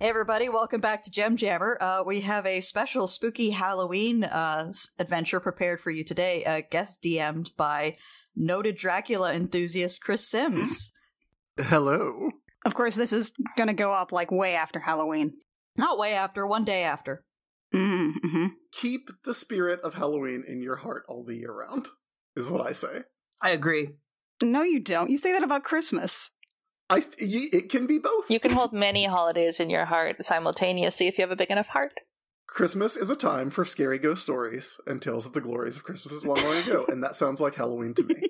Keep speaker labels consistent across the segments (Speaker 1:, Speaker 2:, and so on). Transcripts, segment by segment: Speaker 1: Hey everybody, welcome back to Gem Jammer. Uh, we have a special spooky Halloween uh, s- adventure prepared for you today, uh, guest DM'd by noted Dracula enthusiast Chris Sims.
Speaker 2: Hello.
Speaker 3: Of course, this is going to go up like way after Halloween.
Speaker 1: Not way after, one day after.
Speaker 3: Mm-hmm.
Speaker 2: Keep the spirit of Halloween in your heart all the year round, is what I say.
Speaker 4: I agree.
Speaker 3: No, you don't. You say that about Christmas.
Speaker 2: I st- y- it can be both.
Speaker 5: You can hold many holidays in your heart simultaneously if you have a big enough heart.
Speaker 2: Christmas is a time for scary ghost stories and tales of the glories of Christmases long, long ago, and that sounds like Halloween to me.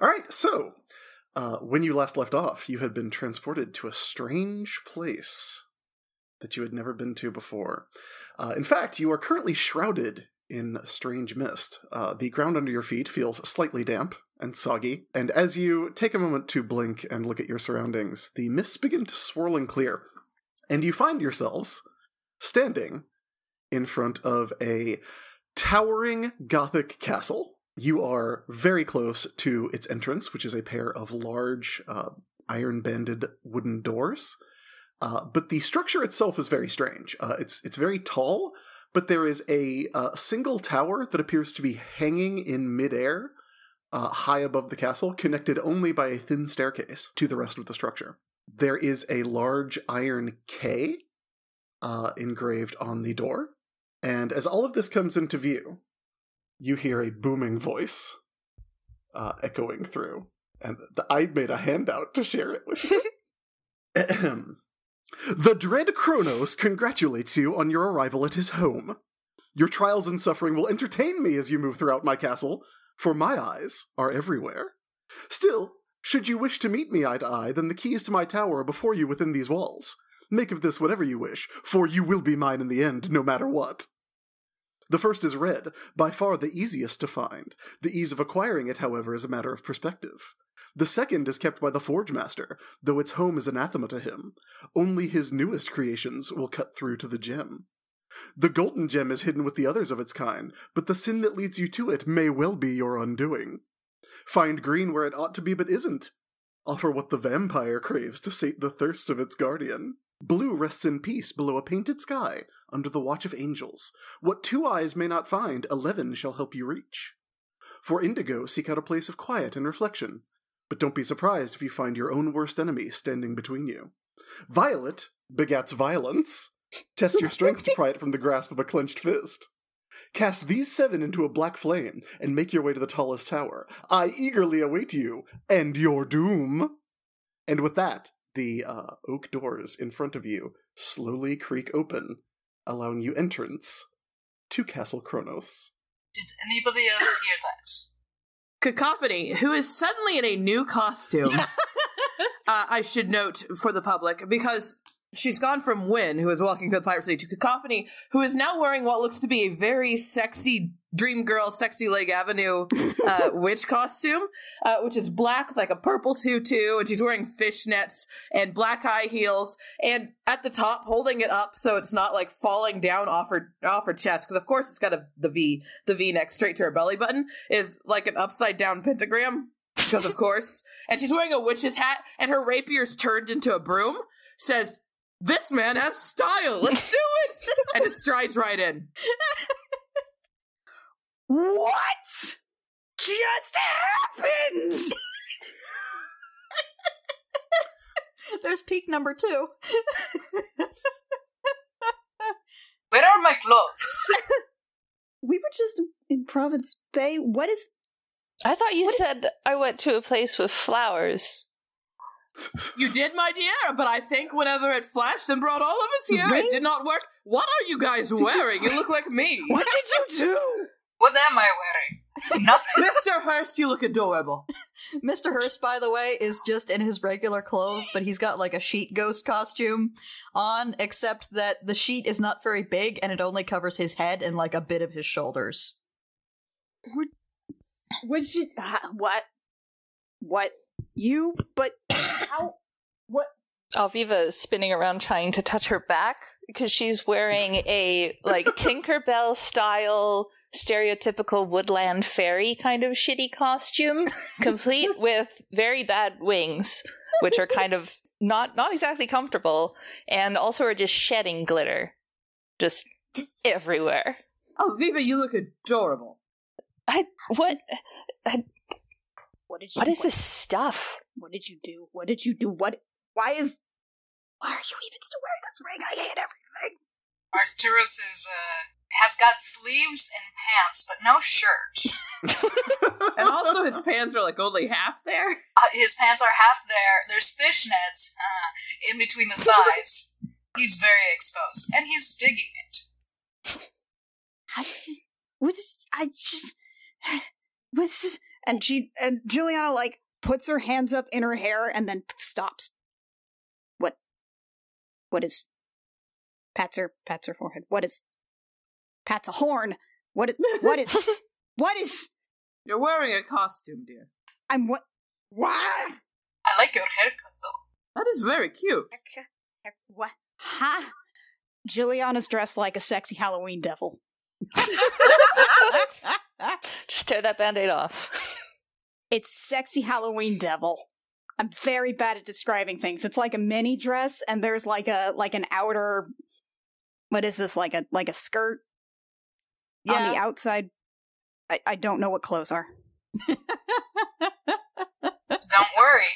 Speaker 2: All right, so uh, when you last left off, you had been transported to a strange place that you had never been to before. Uh, in fact, you are currently shrouded in strange mist. Uh, the ground under your feet feels slightly damp and soggy, and as you take a moment to blink and look at your surroundings, the mists begin to swirl and clear and you find yourselves standing in front of a towering gothic castle. You are very close to its entrance, which is a pair of large uh, iron banded wooden doors. Uh, but the structure itself is very strange. Uh, it's it's very tall, but there is a uh, single tower that appears to be hanging in midair, uh, high above the castle, connected only by a thin staircase to the rest of the structure there is a large iron K uh, engraved on the door. And as all of this comes into view, you hear a booming voice uh, echoing through. And th- I made a handout to share it with you. Ahem. the Dread Kronos congratulates you on your arrival at his home. Your trials and suffering will entertain me as you move throughout my castle, for my eyes are everywhere. Still, should you wish to meet me eye to eye, then the keys to my tower are before you within these walls. Make of this whatever you wish, for you will be mine in the end, no matter what. The first is red, by far the easiest to find. The ease of acquiring it, however, is a matter of perspective. The second is kept by the Forge Master, though its home is anathema to him. Only his newest creations will cut through to the gem. The golden gem is hidden with the others of its kind, but the sin that leads you to it may well be your undoing. Find green where it ought to be but isn't. Offer what the vampire craves to sate the thirst of its guardian. Blue rests in peace below a painted sky, under the watch of angels. What two eyes may not find, eleven shall help you reach. For indigo, seek out a place of quiet and reflection. But don't be surprised if you find your own worst enemy standing between you. Violet begats violence. Test your strength to pry it from the grasp of a clenched fist. Cast these seven into a black flame and make your way to the tallest tower. I eagerly await you and your doom. And with that, the uh, oak doors in front of you slowly creak open, allowing you entrance to Castle Kronos.
Speaker 6: Did anybody else hear that?
Speaker 4: Cacophony, who is suddenly in a new costume. uh, I should note for the public because she's gone from Wynn, who is walking through the pirate city, to Cacophony, who is now wearing what looks to be a very sexy Dream Girl, Sexy Leg Avenue uh, witch costume, uh, which is black with like a purple tutu, and she's wearing fishnets and black high heels, and at the top holding it up so it's not like falling down off her off her chest because of course it's got a, the V the V neck straight to her belly button is like an upside down pentagram because of course, and she's wearing a witch's hat and her rapier's turned into a broom. Says, "This man has style. Let's do it!" and just strides right in.
Speaker 3: What just happened?
Speaker 1: There's peak number two.
Speaker 6: Where are my clothes?
Speaker 3: We were just in Providence Bay. What is?
Speaker 5: I thought you
Speaker 3: What is-
Speaker 5: said I went to a place with flowers.
Speaker 4: You did, my dear, but I think whenever it flashed and brought all of us here,
Speaker 3: Right?
Speaker 4: it did not work. What are you guys wearing? You look like me.
Speaker 3: What did you do?
Speaker 6: What am I wearing? Nothing.
Speaker 4: Mr. Hurst, you look adorable.
Speaker 1: Mr. Hurst, by the way, is just in his regular clothes, but he's got like a sheet ghost costume on, except that the sheet is not very big and it only covers his head and like a bit of his shoulders.
Speaker 3: What did you? ah, What? What? You? But how? What?
Speaker 5: Alviva is spinning around trying to touch her back because she's wearing a like Tinkerbell style stereotypical woodland fairy kind of shitty costume complete with very bad wings which are kind of not not exactly comfortable, and also are just shedding glitter, just everywhere.
Speaker 4: Oh, Viva, you look adorable.
Speaker 5: What
Speaker 3: What did you?
Speaker 5: what is this stuff?
Speaker 3: What did you do? What did you do? What? Why is? Why are you even still wearing this ring? I hate everything.
Speaker 6: Arcturus is, uh, has got sleeves and pants, but no shirt.
Speaker 4: And also, his pants are like only half there.
Speaker 6: Uh, his pants are half there. There's fishnets uh, in between the thighs. he's very exposed, and he's digging it.
Speaker 3: I, what is? I just. What is? This? And she and Juliana like puts her hands up in her hair and then stops. What? What is? Pats her pats her forehead. What is? Pats a horn. What is? What is? what is?
Speaker 4: You're wearing a costume, dear.
Speaker 3: I'm what? Why?
Speaker 6: I like your haircut, though.
Speaker 4: That is very cute.
Speaker 3: What? Ha! Juliana's dressed like a sexy Halloween devil.
Speaker 5: Just tear that band-aid off.
Speaker 3: It's sexy Halloween devil. I'm very bad at describing things. It's like a mini dress, and there's like a like an outer. What is this? Like a like a skirt on the
Speaker 1: Yeah.
Speaker 3: outside. I, I don't know what clothes are.
Speaker 6: Don't worry,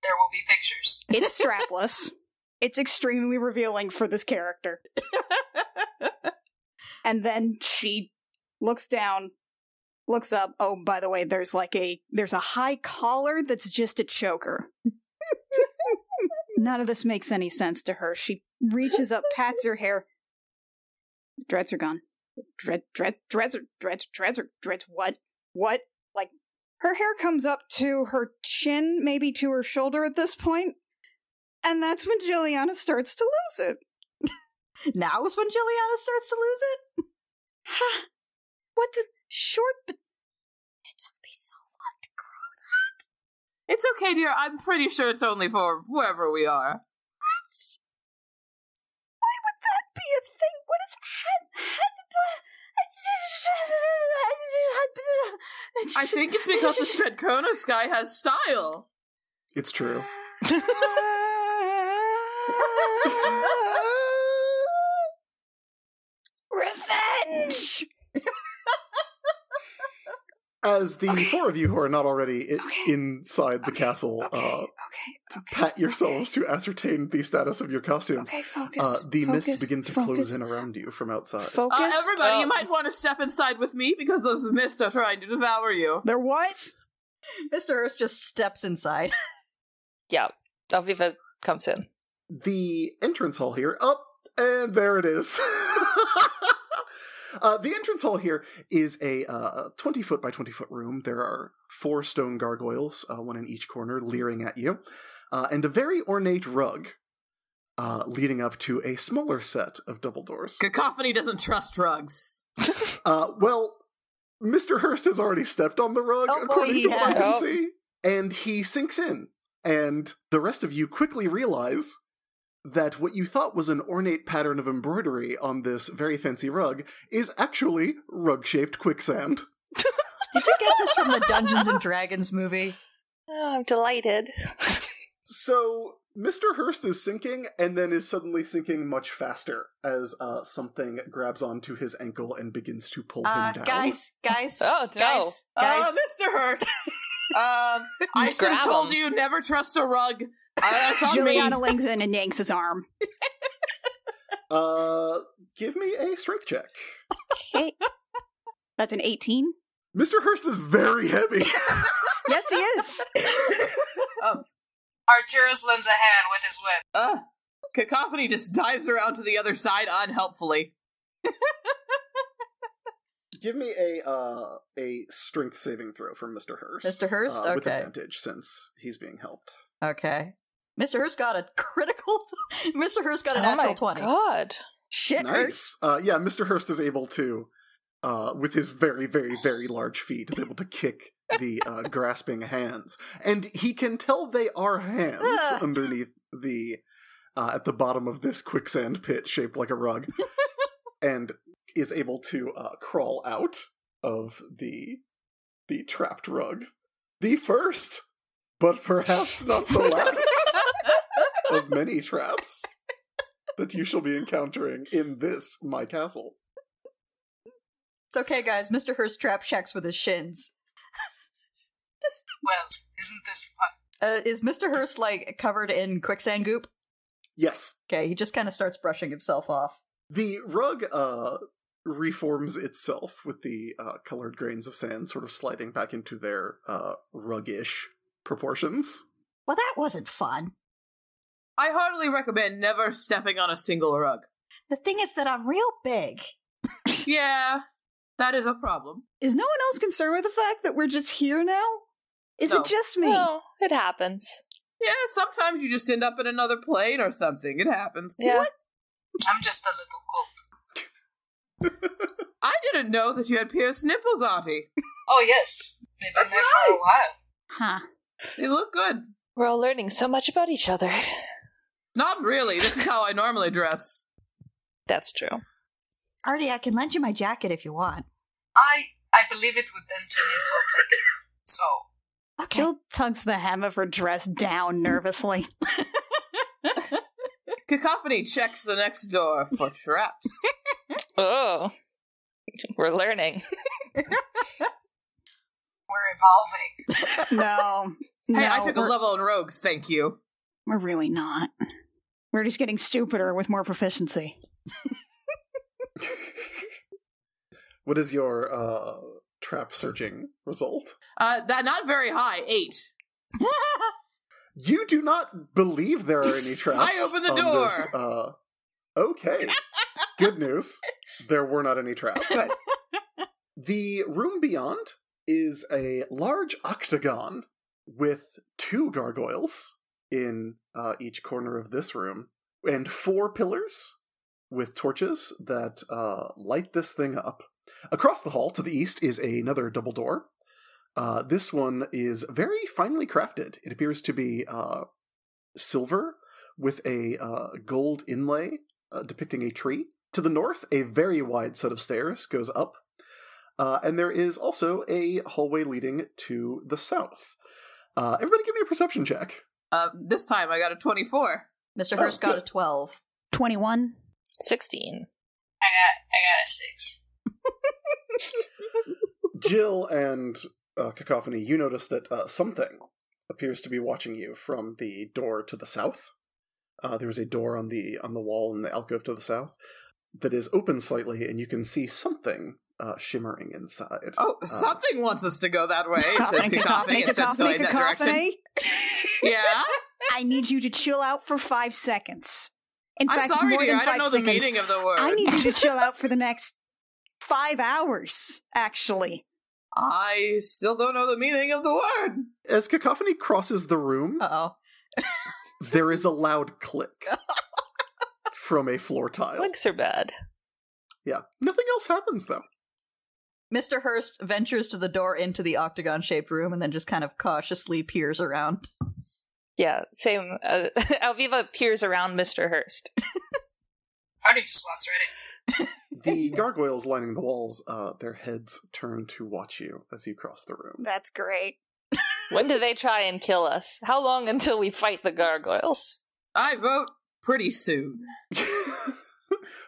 Speaker 6: there will be pictures.
Speaker 3: It's strapless. it's extremely revealing for this character. and then she looks down, looks up. Oh, by the way, there's like a there's a high collar that's just a choker. None of this makes any sense to her. She reaches up, pats her hair. Dreads are gone. Dread, dread, dreads are, dreads, dreads are, dreads. What? What? Like, her hair comes up to her chin, maybe to her shoulder at this point, and that's when Juliana starts to lose it.
Speaker 1: Now is when Juliana starts to lose it.
Speaker 3: Ha! What the short? But it took me so long to grow.
Speaker 4: It's okay, dear. I'm pretty sure it's only for wherever we are.
Speaker 3: That's- Why would that be a thing? What is had had?
Speaker 4: I think it's because the Shred Kronos guy has style.
Speaker 2: it's true.
Speaker 3: revenge.
Speaker 2: As the four of you who are not already i
Speaker 3: Okay.
Speaker 2: inside the castle,
Speaker 3: Okay,
Speaker 2: uh,
Speaker 3: okay, okay.
Speaker 2: pat yourselves to ascertain the status of your costumes.
Speaker 3: Okay, focus.
Speaker 2: Uh, the
Speaker 3: focus,
Speaker 2: mists begin to
Speaker 3: focus,
Speaker 2: close in around you from outside.
Speaker 4: Uh,
Speaker 3: Focus.
Speaker 4: everybody,
Speaker 5: Oh.
Speaker 4: you might want to step inside with me because those mists are trying to devour
Speaker 2: Uh,
Speaker 4: you.
Speaker 3: They're what?
Speaker 1: Mr. Hurst just steps inside.
Speaker 5: yeah, Alviva comes in.
Speaker 2: the entrance hall here. Up and there it is. uh, the entrance hall here is a uh, twenty foot by twenty foot room. There are four stone gargoyles, uh, one in each corner, leering at you, uh, and a very ornate rug uh, leading up to a smaller set of double doors.
Speaker 4: Cacophony doesn't trust rugs.
Speaker 2: Uh, well, Mr. Hurst has already stepped on the rug,
Speaker 1: Oh, boy,
Speaker 2: according
Speaker 1: he
Speaker 2: to what I can
Speaker 5: has.
Speaker 2: see, and he sinks in. And the rest of you quickly realize that what you thought was an ornate pattern of embroidery on this very fancy rug is actually rug shaped quicksand.
Speaker 1: Did you get this from the Dungeons and Dragons movie?
Speaker 5: Oh, I'm delighted.
Speaker 2: So Mr. Hurst is sinking and then is suddenly sinking much faster as uh, something grabs onto his ankle and begins to pull
Speaker 1: Uh,
Speaker 2: him down.
Speaker 1: guys, guys,
Speaker 5: Oh no!
Speaker 1: guys, guys.
Speaker 4: Uh, Mr. Hurst, um, I should have
Speaker 5: Grab
Speaker 4: told
Speaker 5: 'em.
Speaker 4: you never trust a rug. Uh, that's on
Speaker 3: Juliana
Speaker 4: me.
Speaker 3: leans in and yanks his arm.
Speaker 2: Uh, give me a strength check.
Speaker 3: That's an 18.
Speaker 2: Mr. Hurst is very heavy.
Speaker 3: Yes, he is.
Speaker 6: Arcturus lends a hand with his whip.
Speaker 4: Uh, Cacophony just dives around to the other side unhelpfully.
Speaker 2: Give me a uh, a strength saving throw from Mr. Hurst.
Speaker 1: Mr. Hurst?
Speaker 2: uh, with
Speaker 1: Okay.
Speaker 2: advantage since he's being helped.
Speaker 1: Okay. Mr. Hurst got a critical. Mr. Hurst got a
Speaker 5: oh my
Speaker 1: natural 20.
Speaker 5: god!
Speaker 3: Shit. Ernst.
Speaker 2: Nice. Uh, yeah, Mr. Hurst is able to, uh, with his very very very large feet, is able to kick the uh, grasping hands, and he can tell they are hands
Speaker 1: Ah.
Speaker 2: underneath the uh, at the bottom of this quicksand pit shaped like a rug, and is able to uh, crawl out of the the trapped rug. The first, but perhaps not the last. of many traps that you shall be encountering in this my castle.
Speaker 1: It's okay, guys. Mr. Hurst trap checks with his shins.
Speaker 6: Well, isn't this fun?
Speaker 1: Uh, is Mr. Hurst like covered in quicksand goop?
Speaker 2: Yes,
Speaker 1: Okay, he just kind of starts brushing himself off.
Speaker 2: the rug uh, reforms itself with the uh, colored grains of sand sort of sliding back into their uh, ruggish proportions.
Speaker 1: Well, that wasn't fun.
Speaker 4: I heartily recommend never stepping on a single rug.
Speaker 1: The thing is that I'm real big.
Speaker 4: Yeah, that is a problem.
Speaker 3: Is no one else concerned with the fact that we're just here now? Is
Speaker 4: No.
Speaker 3: it just me?
Speaker 5: Well, it happens.
Speaker 4: Yeah, sometimes you just end up in another plane or something. It happens.
Speaker 5: Yeah.
Speaker 6: I'm just a little cold.
Speaker 4: I didn't know that you had pierced nipples, Auntie.
Speaker 6: Oh, yes. They've been there for a while.
Speaker 3: Huh.
Speaker 4: They look good.
Speaker 5: We're all learning so much about each other.
Speaker 4: Not really. This is how I normally dress.
Speaker 5: That's true.
Speaker 1: Artie, I can lend you my jacket if you want.
Speaker 6: I I believe it would then turn into a blanket. So,
Speaker 1: Okay.
Speaker 3: Gil tugs the hem of her dress down nervously.
Speaker 4: Cacophony checks the next door for traps.
Speaker 5: Oh. We're learning.
Speaker 6: we're evolving.
Speaker 3: no. no
Speaker 4: hey, I took a
Speaker 3: we're,
Speaker 4: level in rogue. Thank you.
Speaker 3: we're really not. We're just getting stupider with more proficiency.
Speaker 2: What is your uh, trap searching result?
Speaker 4: Uh, that not very high. Eight.
Speaker 2: You do not believe there are any traps.
Speaker 4: I opened the
Speaker 2: on
Speaker 4: door.
Speaker 2: this, uh, okay. Good news. There were not any traps.
Speaker 4: Good.
Speaker 2: The room beyond is a large octagon with two gargoyles in uh, each corner of this room and four pillars with torches that uh, light this thing up. Across the hall to the east is another double door. Uh, this one is very finely crafted. It appears to be uh, silver with a uh, gold inlay uh, depicting a tree. To the north, a very wide set of stairs goes up uh, and there is also a hallway leading to the south. Uh, everybody give me a perception check.
Speaker 4: Uh, this time I got a twenty-four.
Speaker 1: Mr.
Speaker 2: Oh,
Speaker 1: Hurst got a
Speaker 2: good.
Speaker 1: 12.
Speaker 3: 21.
Speaker 5: 16.
Speaker 6: I got I got a six.
Speaker 2: Jill and uh, Cacophony, you notice that uh, something appears to be watching you from the door to the south. Uh, there is a door on the on the wall in the alcove to the south that is open slightly, and you can see something uh, shimmering inside.
Speaker 4: Oh,
Speaker 3: Uh,
Speaker 4: something wants us to go that way. Says
Speaker 3: Cacophony,
Speaker 4: Cacophony. It starts
Speaker 3: cacophony,
Speaker 4: going that direction.
Speaker 3: cacophony.
Speaker 4: Yeah.
Speaker 3: eh? I need you to chill out for five seconds. In
Speaker 4: I'm
Speaker 3: fact,
Speaker 4: sorry,
Speaker 3: more
Speaker 4: dear.
Speaker 3: than
Speaker 4: I don't
Speaker 3: five
Speaker 4: know the
Speaker 3: seconds.
Speaker 4: meaning of the word.
Speaker 3: I need you to chill out for the next five hours, actually.
Speaker 4: I still don't know the meaning of the word.
Speaker 2: As Cacophony crosses the room,
Speaker 1: Uh oh.
Speaker 2: there is a loud click from a floor tile.
Speaker 5: Links are bad.
Speaker 2: Yeah, nothing else happens though.
Speaker 1: Mr. Hurst ventures to the door into the octagon shaped room and then just kind of cautiously peers around.
Speaker 5: Yeah, same. Uh, Alviva peers around Mr. Hurst.
Speaker 6: Artie just walks right in.
Speaker 2: The gargoyles lining the walls, uh, their heads turn to watch you as you cross the room.
Speaker 3: That's great.
Speaker 5: When do they try and kill us? How long until we fight the gargoyles?
Speaker 4: I vote pretty soon.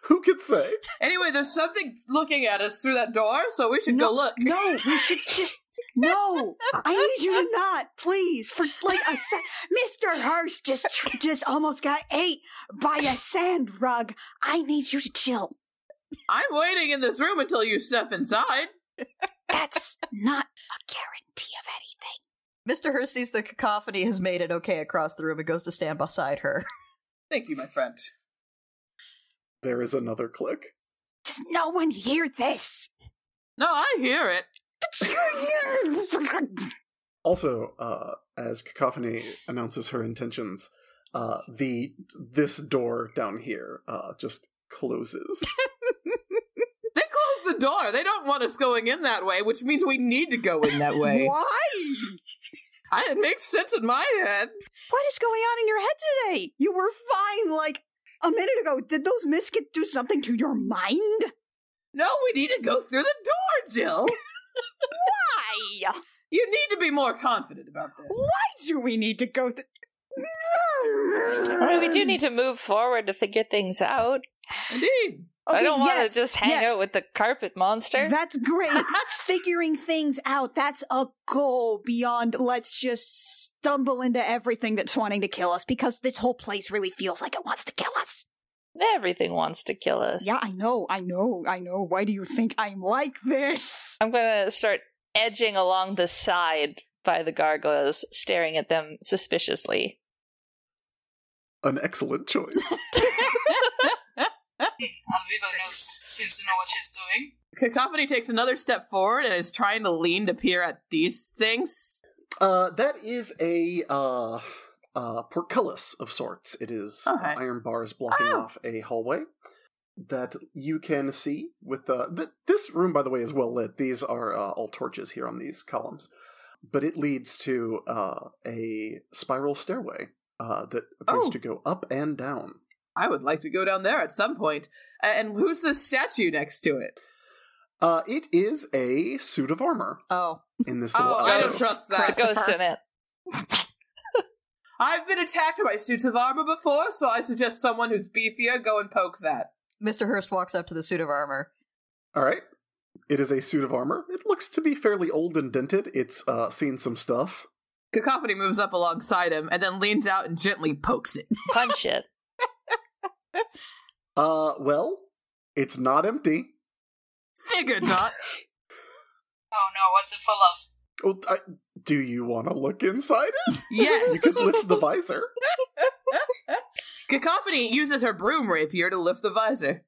Speaker 2: Who could say?
Speaker 4: Anyway, there's something looking at us through that door, so we should go look.
Speaker 3: No, we should just. No, I need you to not, please. For like a se- Mr. Hurst just tr- just almost got ate by a sand rug. I need you to chill.
Speaker 4: I'm waiting in this room until you step inside.
Speaker 3: That's not a guarantee of anything.
Speaker 1: Mr. Hurst sees the cacophony has made it okay across the room and goes to stand beside her.
Speaker 4: Thank you, my friend.
Speaker 2: There is another click.
Speaker 3: Does no one hear this?
Speaker 4: No, I hear it.
Speaker 2: Also, uh, as Cacophony announces her intentions, uh, the this door down here uh, just closes.
Speaker 4: They close the door. They don't want us going in that way, which means we need to go in that way.
Speaker 3: Why?
Speaker 4: I, it makes sense in my head.
Speaker 3: What is going on in your head today? You were fine like a minute ago. Did those miskits do something to your mind?
Speaker 4: No, we need to go through the door, Jill.
Speaker 3: Why?
Speaker 4: You need to be more confident about this.
Speaker 3: Why do we need to go? Th-
Speaker 5: I mean, we do need to move forward to figure things out.
Speaker 4: Indeed.
Speaker 5: I don't want
Speaker 3: yes,
Speaker 5: to just hang
Speaker 3: yes.
Speaker 5: out with the carpet monster.
Speaker 3: That's great. Figuring things out, that's a goal beyond let's just stumble into everything that's wanting to kill us because this whole place really feels like it wants to kill us.
Speaker 5: Everything wants to kill us.
Speaker 3: Yeah, I know, I know, I know. Why do you think I'm like this?
Speaker 5: I'm going to start edging along the side by the gargoyles, staring at them suspiciously.
Speaker 2: An excellent choice.
Speaker 6: Alviva knows, seems to know what she's doing.
Speaker 4: Cacophony takes another step forward and is trying to lean to peer at these things.
Speaker 2: Uh, that is a uh, uh, portcullis of sorts. It is uh,
Speaker 4: Okay.
Speaker 2: iron bars blocking
Speaker 4: Oh.
Speaker 2: off a hallway that you can see with uh, th- this room. By the way, is well lit. These are uh, all torches here on these columns, but it leads to uh, a spiral stairway uh, that appears
Speaker 4: Oh.
Speaker 2: to go up and down.
Speaker 4: I would like to go down there at some point. A- And who's the statue next to it?
Speaker 2: Uh, it is a suit of armor
Speaker 1: Oh.
Speaker 2: in this little.
Speaker 4: Oh, I don't
Speaker 2: alcove.
Speaker 4: trust
Speaker 5: There's
Speaker 4: that.
Speaker 5: a ghost in it.
Speaker 4: I've been attacked by suits of armor before, so I suggest someone who's beefier go and poke that.
Speaker 1: Mr. Hurst walks up to the suit of armor.
Speaker 2: All right. It is a suit of armor. It looks to be fairly old and dented. It's uh, seen some stuff.
Speaker 4: Cacophony moves up alongside him and then leans out and gently pokes it.
Speaker 5: Punch it.
Speaker 2: Uh, well, it's not empty.
Speaker 4: Figured not.
Speaker 6: Oh no, what's it full of?
Speaker 2: Oh, I, do you want to look inside it? You
Speaker 4: Yes.
Speaker 2: could lift the visor.
Speaker 4: Cacophony uses her broom rapier to lift the visor.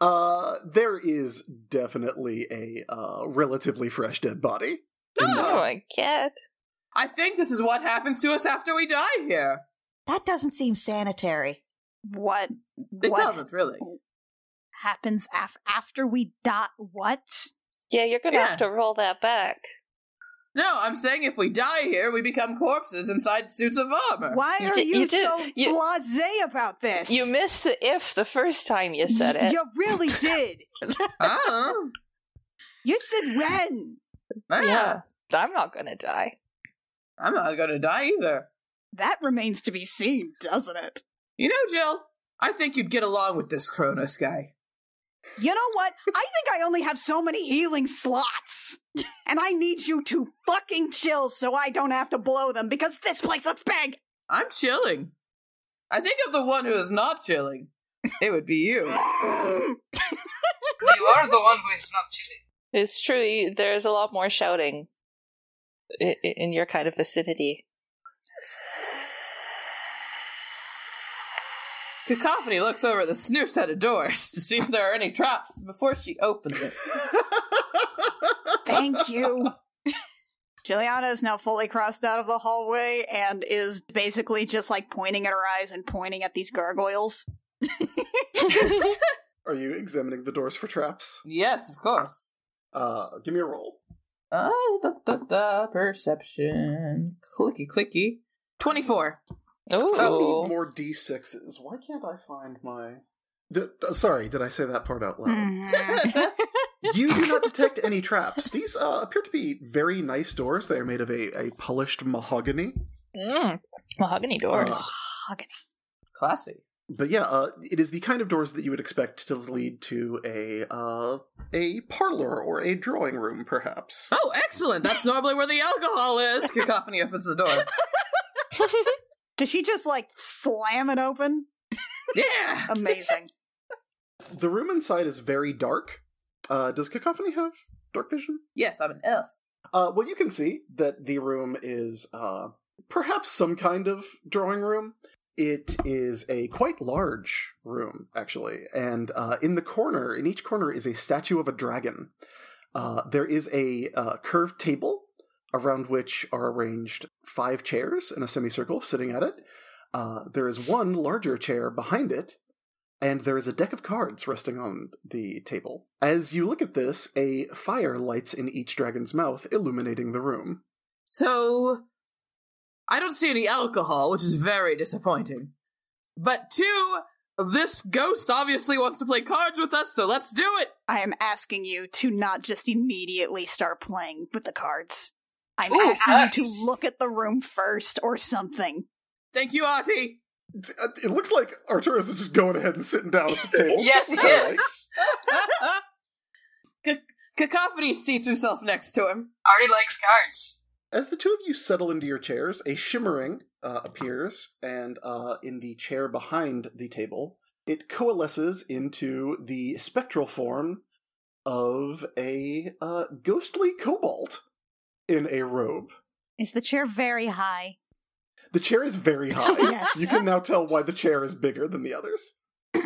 Speaker 2: Uh, there is definitely a uh, relatively fresh dead body. in
Speaker 5: Oh
Speaker 2: there.
Speaker 5: my god.
Speaker 4: I think this is what happens to us after we die here.
Speaker 1: That doesn't seem sanitary.
Speaker 3: What?
Speaker 4: It
Speaker 3: what
Speaker 4: doesn't really.
Speaker 3: happens af- after we dot what?
Speaker 5: Yeah, you're going to
Speaker 4: Yeah.
Speaker 5: have to roll that back.
Speaker 4: No, I'm saying if we die here, we become corpses inside suits of armor.
Speaker 3: Why
Speaker 5: Uh, You
Speaker 3: are
Speaker 5: di-
Speaker 3: you,
Speaker 5: you did-
Speaker 3: so
Speaker 5: you-
Speaker 3: blasé about this?
Speaker 5: You missed the if the first time you said it.
Speaker 3: You really did.
Speaker 4: Oh,
Speaker 3: You said when.
Speaker 4: yeah.
Speaker 5: Yeah. I'm not going to die.
Speaker 4: I'm not gonna die either.
Speaker 3: That remains to be seen, doesn't it?
Speaker 4: You know, Jill, I think you'd get along with this Cronus guy.
Speaker 3: You know what? I think I only have so many healing slots. And I need you to fucking chill so I don't have to blow them because this place looks big.
Speaker 4: I'm chilling. I think of the one who is not chilling. It would be you.
Speaker 6: You are the one who is not chilling.
Speaker 5: It's true. you- There's a lot more shouting i- i- in your kind of vicinity.
Speaker 4: Cacophony looks over at the snooze set of doors to see if there are any traps before she opens it.
Speaker 3: Thank you. Juliana is now fully crossed out of the hallway and is basically just like pointing at her eyes and pointing at these gargoyles.
Speaker 2: Are you examining the doors for traps?
Speaker 4: Yes, of course.
Speaker 2: Uh, give me a roll.
Speaker 4: Uh, da, da, da, perception. Clicky, clicky. 24.
Speaker 2: I
Speaker 5: Ooh.
Speaker 3: Oh.
Speaker 2: need more d6s. Why can't I find my? D- uh, sorry, did I say that part out loud?
Speaker 3: Hmm. Mm-hmm.
Speaker 2: you do not detect any traps. These uh, appear to be very nice doors. They are made of a, a polished mahogany.
Speaker 5: Mm. Mahogany doors.
Speaker 2: Uh,
Speaker 4: Classy.
Speaker 2: but yeah, uh, it is the kind of doors that you would expect to lead to a uh, a parlor or a drawing room, perhaps.
Speaker 4: Oh, excellent! That's normally where the alcohol is! Cacophony opens the door.
Speaker 3: Does she just like slam it open?
Speaker 4: Yeah!
Speaker 3: Amazing.
Speaker 2: The room inside is very dark. Uh, does Cacophony have dark vision?
Speaker 4: Yes, I'm an elf.
Speaker 2: Uh, well, you can see that the room is uh, perhaps some kind of drawing room. It is a quite large room, actually, and uh, in the corner, in each corner, is a statue of a dragon. Uh, there is a uh, curved table around which are arranged five chairs in a semicircle sitting at it. Uh, there is one larger chair behind it, and there is a deck of cards resting on the table. As you look at this, a fire lights in each dragon's mouth, illuminating the room.
Speaker 4: So, I don't see any alcohol, which is very disappointing. But two, this ghost obviously wants to play cards with us, so let's do it.
Speaker 3: I am asking you to not just immediately start playing with the cards. I'm
Speaker 6: Ooh,
Speaker 3: asking you to
Speaker 6: cards.
Speaker 3: look at the room first or something.
Speaker 4: Thank you, Ati.
Speaker 2: It looks like Arturus is just going ahead and sitting down at the table.
Speaker 6: Yes, it
Speaker 2: All right.
Speaker 6: is.
Speaker 4: C- Cacophony seats herself next to him.
Speaker 6: Artie likes cards.
Speaker 2: As the two of you settle into your chairs, a shimmering uh, appears, and uh, in the chair behind the table, it coalesces into the spectral form of a uh, ghostly kobold in a robe.
Speaker 3: Is the chair very high?
Speaker 2: The chair is very high.
Speaker 3: Yes.
Speaker 2: You can now tell why the chair is bigger than the others.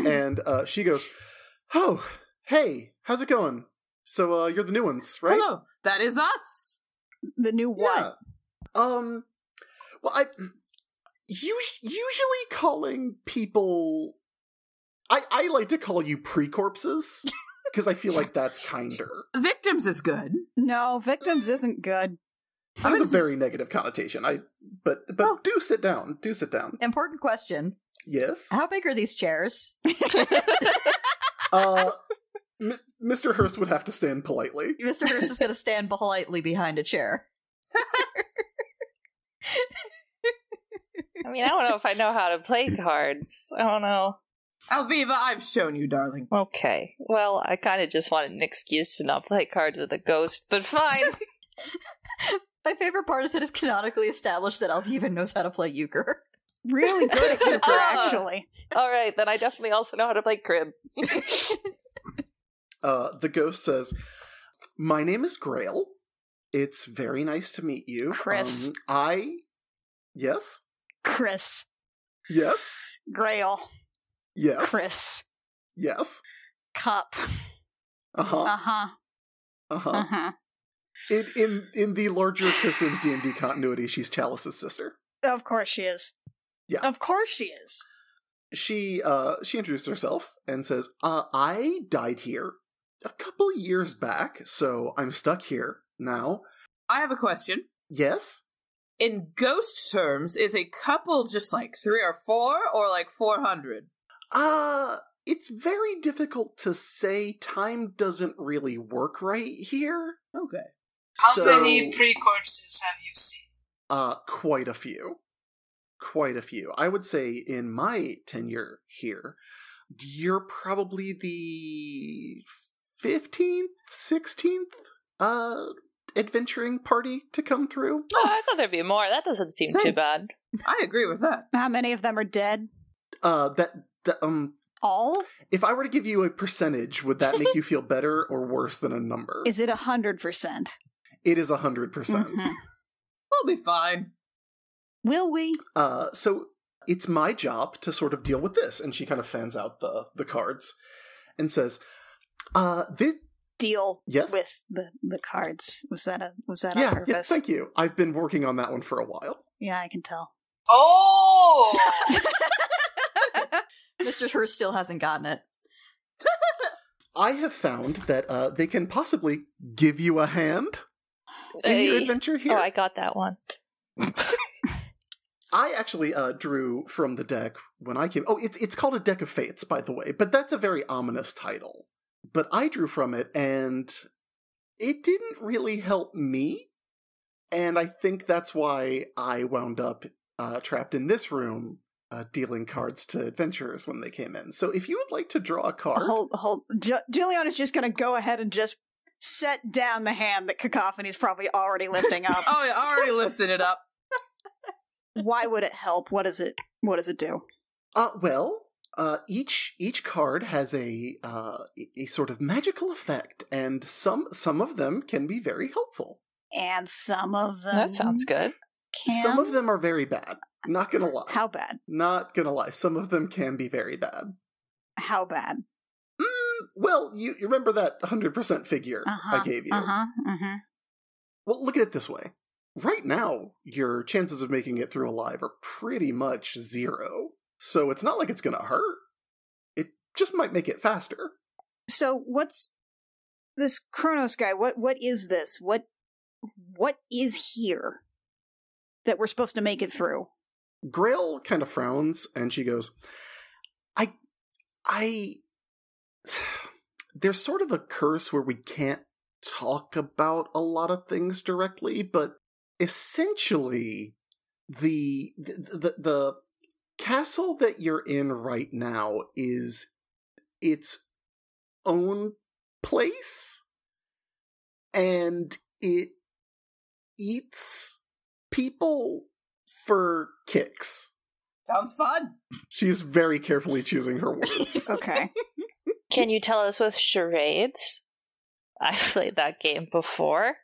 Speaker 2: And uh, she goes, "Oh, hey, how's it going? So uh, you're the new ones, right?
Speaker 4: Hello, that is us.
Speaker 3: The new what?
Speaker 2: Yeah. Um. Well, I us- usually calling people. I I like to call you pre-corpses because I feel like that's kinder.
Speaker 4: Victims is good.
Speaker 3: No, victims isn't good.
Speaker 2: That was a very negative connotation. I but but do sit down. Do sit down.
Speaker 1: Important question.
Speaker 2: Yes.
Speaker 1: How big are these chairs?
Speaker 2: Uh. M- Mr. Hurst would have to stand politely.
Speaker 1: Mr. Hurst is going to stand politely behind a chair.
Speaker 5: I mean, I don't know if I know how to play cards. I don't know.
Speaker 4: Alviva, I've shown you, darling.
Speaker 5: Okay. Well, I kind of just wanted an excuse to not play cards with a ghost, but fine.
Speaker 1: My favorite part is that it's canonically established that Alviva knows how to play euchre.
Speaker 3: Really good at euchre,
Speaker 5: Ah.
Speaker 3: actually.
Speaker 5: All right, then I definitely also know how to play crib. Oh,
Speaker 2: Uh, the ghost says, "My name is Grail. It's very nice to meet you,
Speaker 3: Chris.
Speaker 2: Um, I, yes,
Speaker 3: Chris.
Speaker 2: yes,
Speaker 3: Grail.
Speaker 2: yes,
Speaker 3: Chris.
Speaker 2: yes.
Speaker 3: Cup.
Speaker 2: Uh huh.
Speaker 3: Uh huh.
Speaker 2: Uh
Speaker 3: Uh
Speaker 2: huh.
Speaker 3: huh.
Speaker 2: In in in the larger Chris Sims D and D continuity, she's Chalice's sister.
Speaker 3: Of course she is.
Speaker 2: Yeah.
Speaker 3: Of course she is.
Speaker 2: She uh she introduced herself and says, "Uh, I died here a couple years back, so I'm stuck here now."
Speaker 4: I have a question.
Speaker 2: Yes.
Speaker 4: In ghost terms, is a couple just like three or four or like 400?
Speaker 2: Uh it's very difficult to say. Time doesn't really work right here.
Speaker 4: Okay.
Speaker 6: How
Speaker 2: so,
Speaker 6: many pre corpses have you seen?
Speaker 2: Uh, quite a few. Quite a few. I would say in my tenure here, you're probably the 15th, 16th uh, adventuring party to come through.
Speaker 5: Oh, I thought there'd be more. That doesn't seem too
Speaker 4: Same.
Speaker 5: bad.
Speaker 4: I agree with that.
Speaker 3: How many of them are dead?
Speaker 2: Uh, that, that um,
Speaker 3: All?
Speaker 2: if I were to give you a percentage, would that make you feel better or worse than a number?
Speaker 3: Is it a hundred percent?
Speaker 2: it is a hundred percent.
Speaker 4: We'll be fine.
Speaker 3: Will we?
Speaker 2: Uh, so it's my job to sort of deal with this. And she kind of fans out the the cards and says, uh, this,
Speaker 3: Deal
Speaker 2: yes,
Speaker 3: with the, the cards. Was that a was that on
Speaker 2: yeah, yeah,
Speaker 3: purpose?
Speaker 2: thank you. I've been working on that one for a while.
Speaker 3: yeah, I can tell.
Speaker 6: Oh!
Speaker 1: Mr. Hurst still hasn't gotten it.
Speaker 2: I have found that uh, they can possibly give you a hand in your
Speaker 5: Hey.
Speaker 2: adventure here.
Speaker 5: Oh, I got that one.
Speaker 2: I actually uh, drew from the deck when I came. Oh, it's it's called a deck of fates, by the way, but that's a very ominous title. But I drew from it, and it didn't really help me. And I think that's why I wound up uh, trapped in this room, uh, dealing cards to adventurers when they came in. So if you would like to draw a card,
Speaker 3: Hold hold Ju- Julian is just gonna go ahead and just set down the hand that cacophony's probably already lifting up.
Speaker 4: Oh, yeah, already lifted it up.
Speaker 3: Why would it help? What does it what does it do?
Speaker 2: Uh, well, uh, each each card has a uh, a- a sort of magical effect, and some some of them can be very helpful.
Speaker 3: And some of them
Speaker 5: That sounds good.
Speaker 3: Can,
Speaker 2: Some of them are very bad. Not gonna lie.
Speaker 3: How bad?
Speaker 2: Not gonna lie. Some of them can be very bad.
Speaker 3: How bad?
Speaker 2: Mm, well, you, you remember that 100% figure
Speaker 3: Uh-huh,
Speaker 2: I gave you.
Speaker 3: Uh-huh. Uh-huh.
Speaker 2: Well, look at it this way. Right now, your chances of making it through alive are pretty much zero. So it's not like it's gonna hurt. It just might make it faster.
Speaker 3: so what's this Kronos guy? What what is this? What what is here that we're supposed to make it through?
Speaker 2: Grail kind of frowns and she goes, I, I, there's sort of a curse where we can't talk about a lot of things directly, but essentially, the the the, the castle that you're in right now is its own place and it eats people for kicks.
Speaker 4: Sounds fun.
Speaker 2: She's very carefully choosing her words.
Speaker 3: Okay.
Speaker 5: Can you tell us with charades? I've played that game before.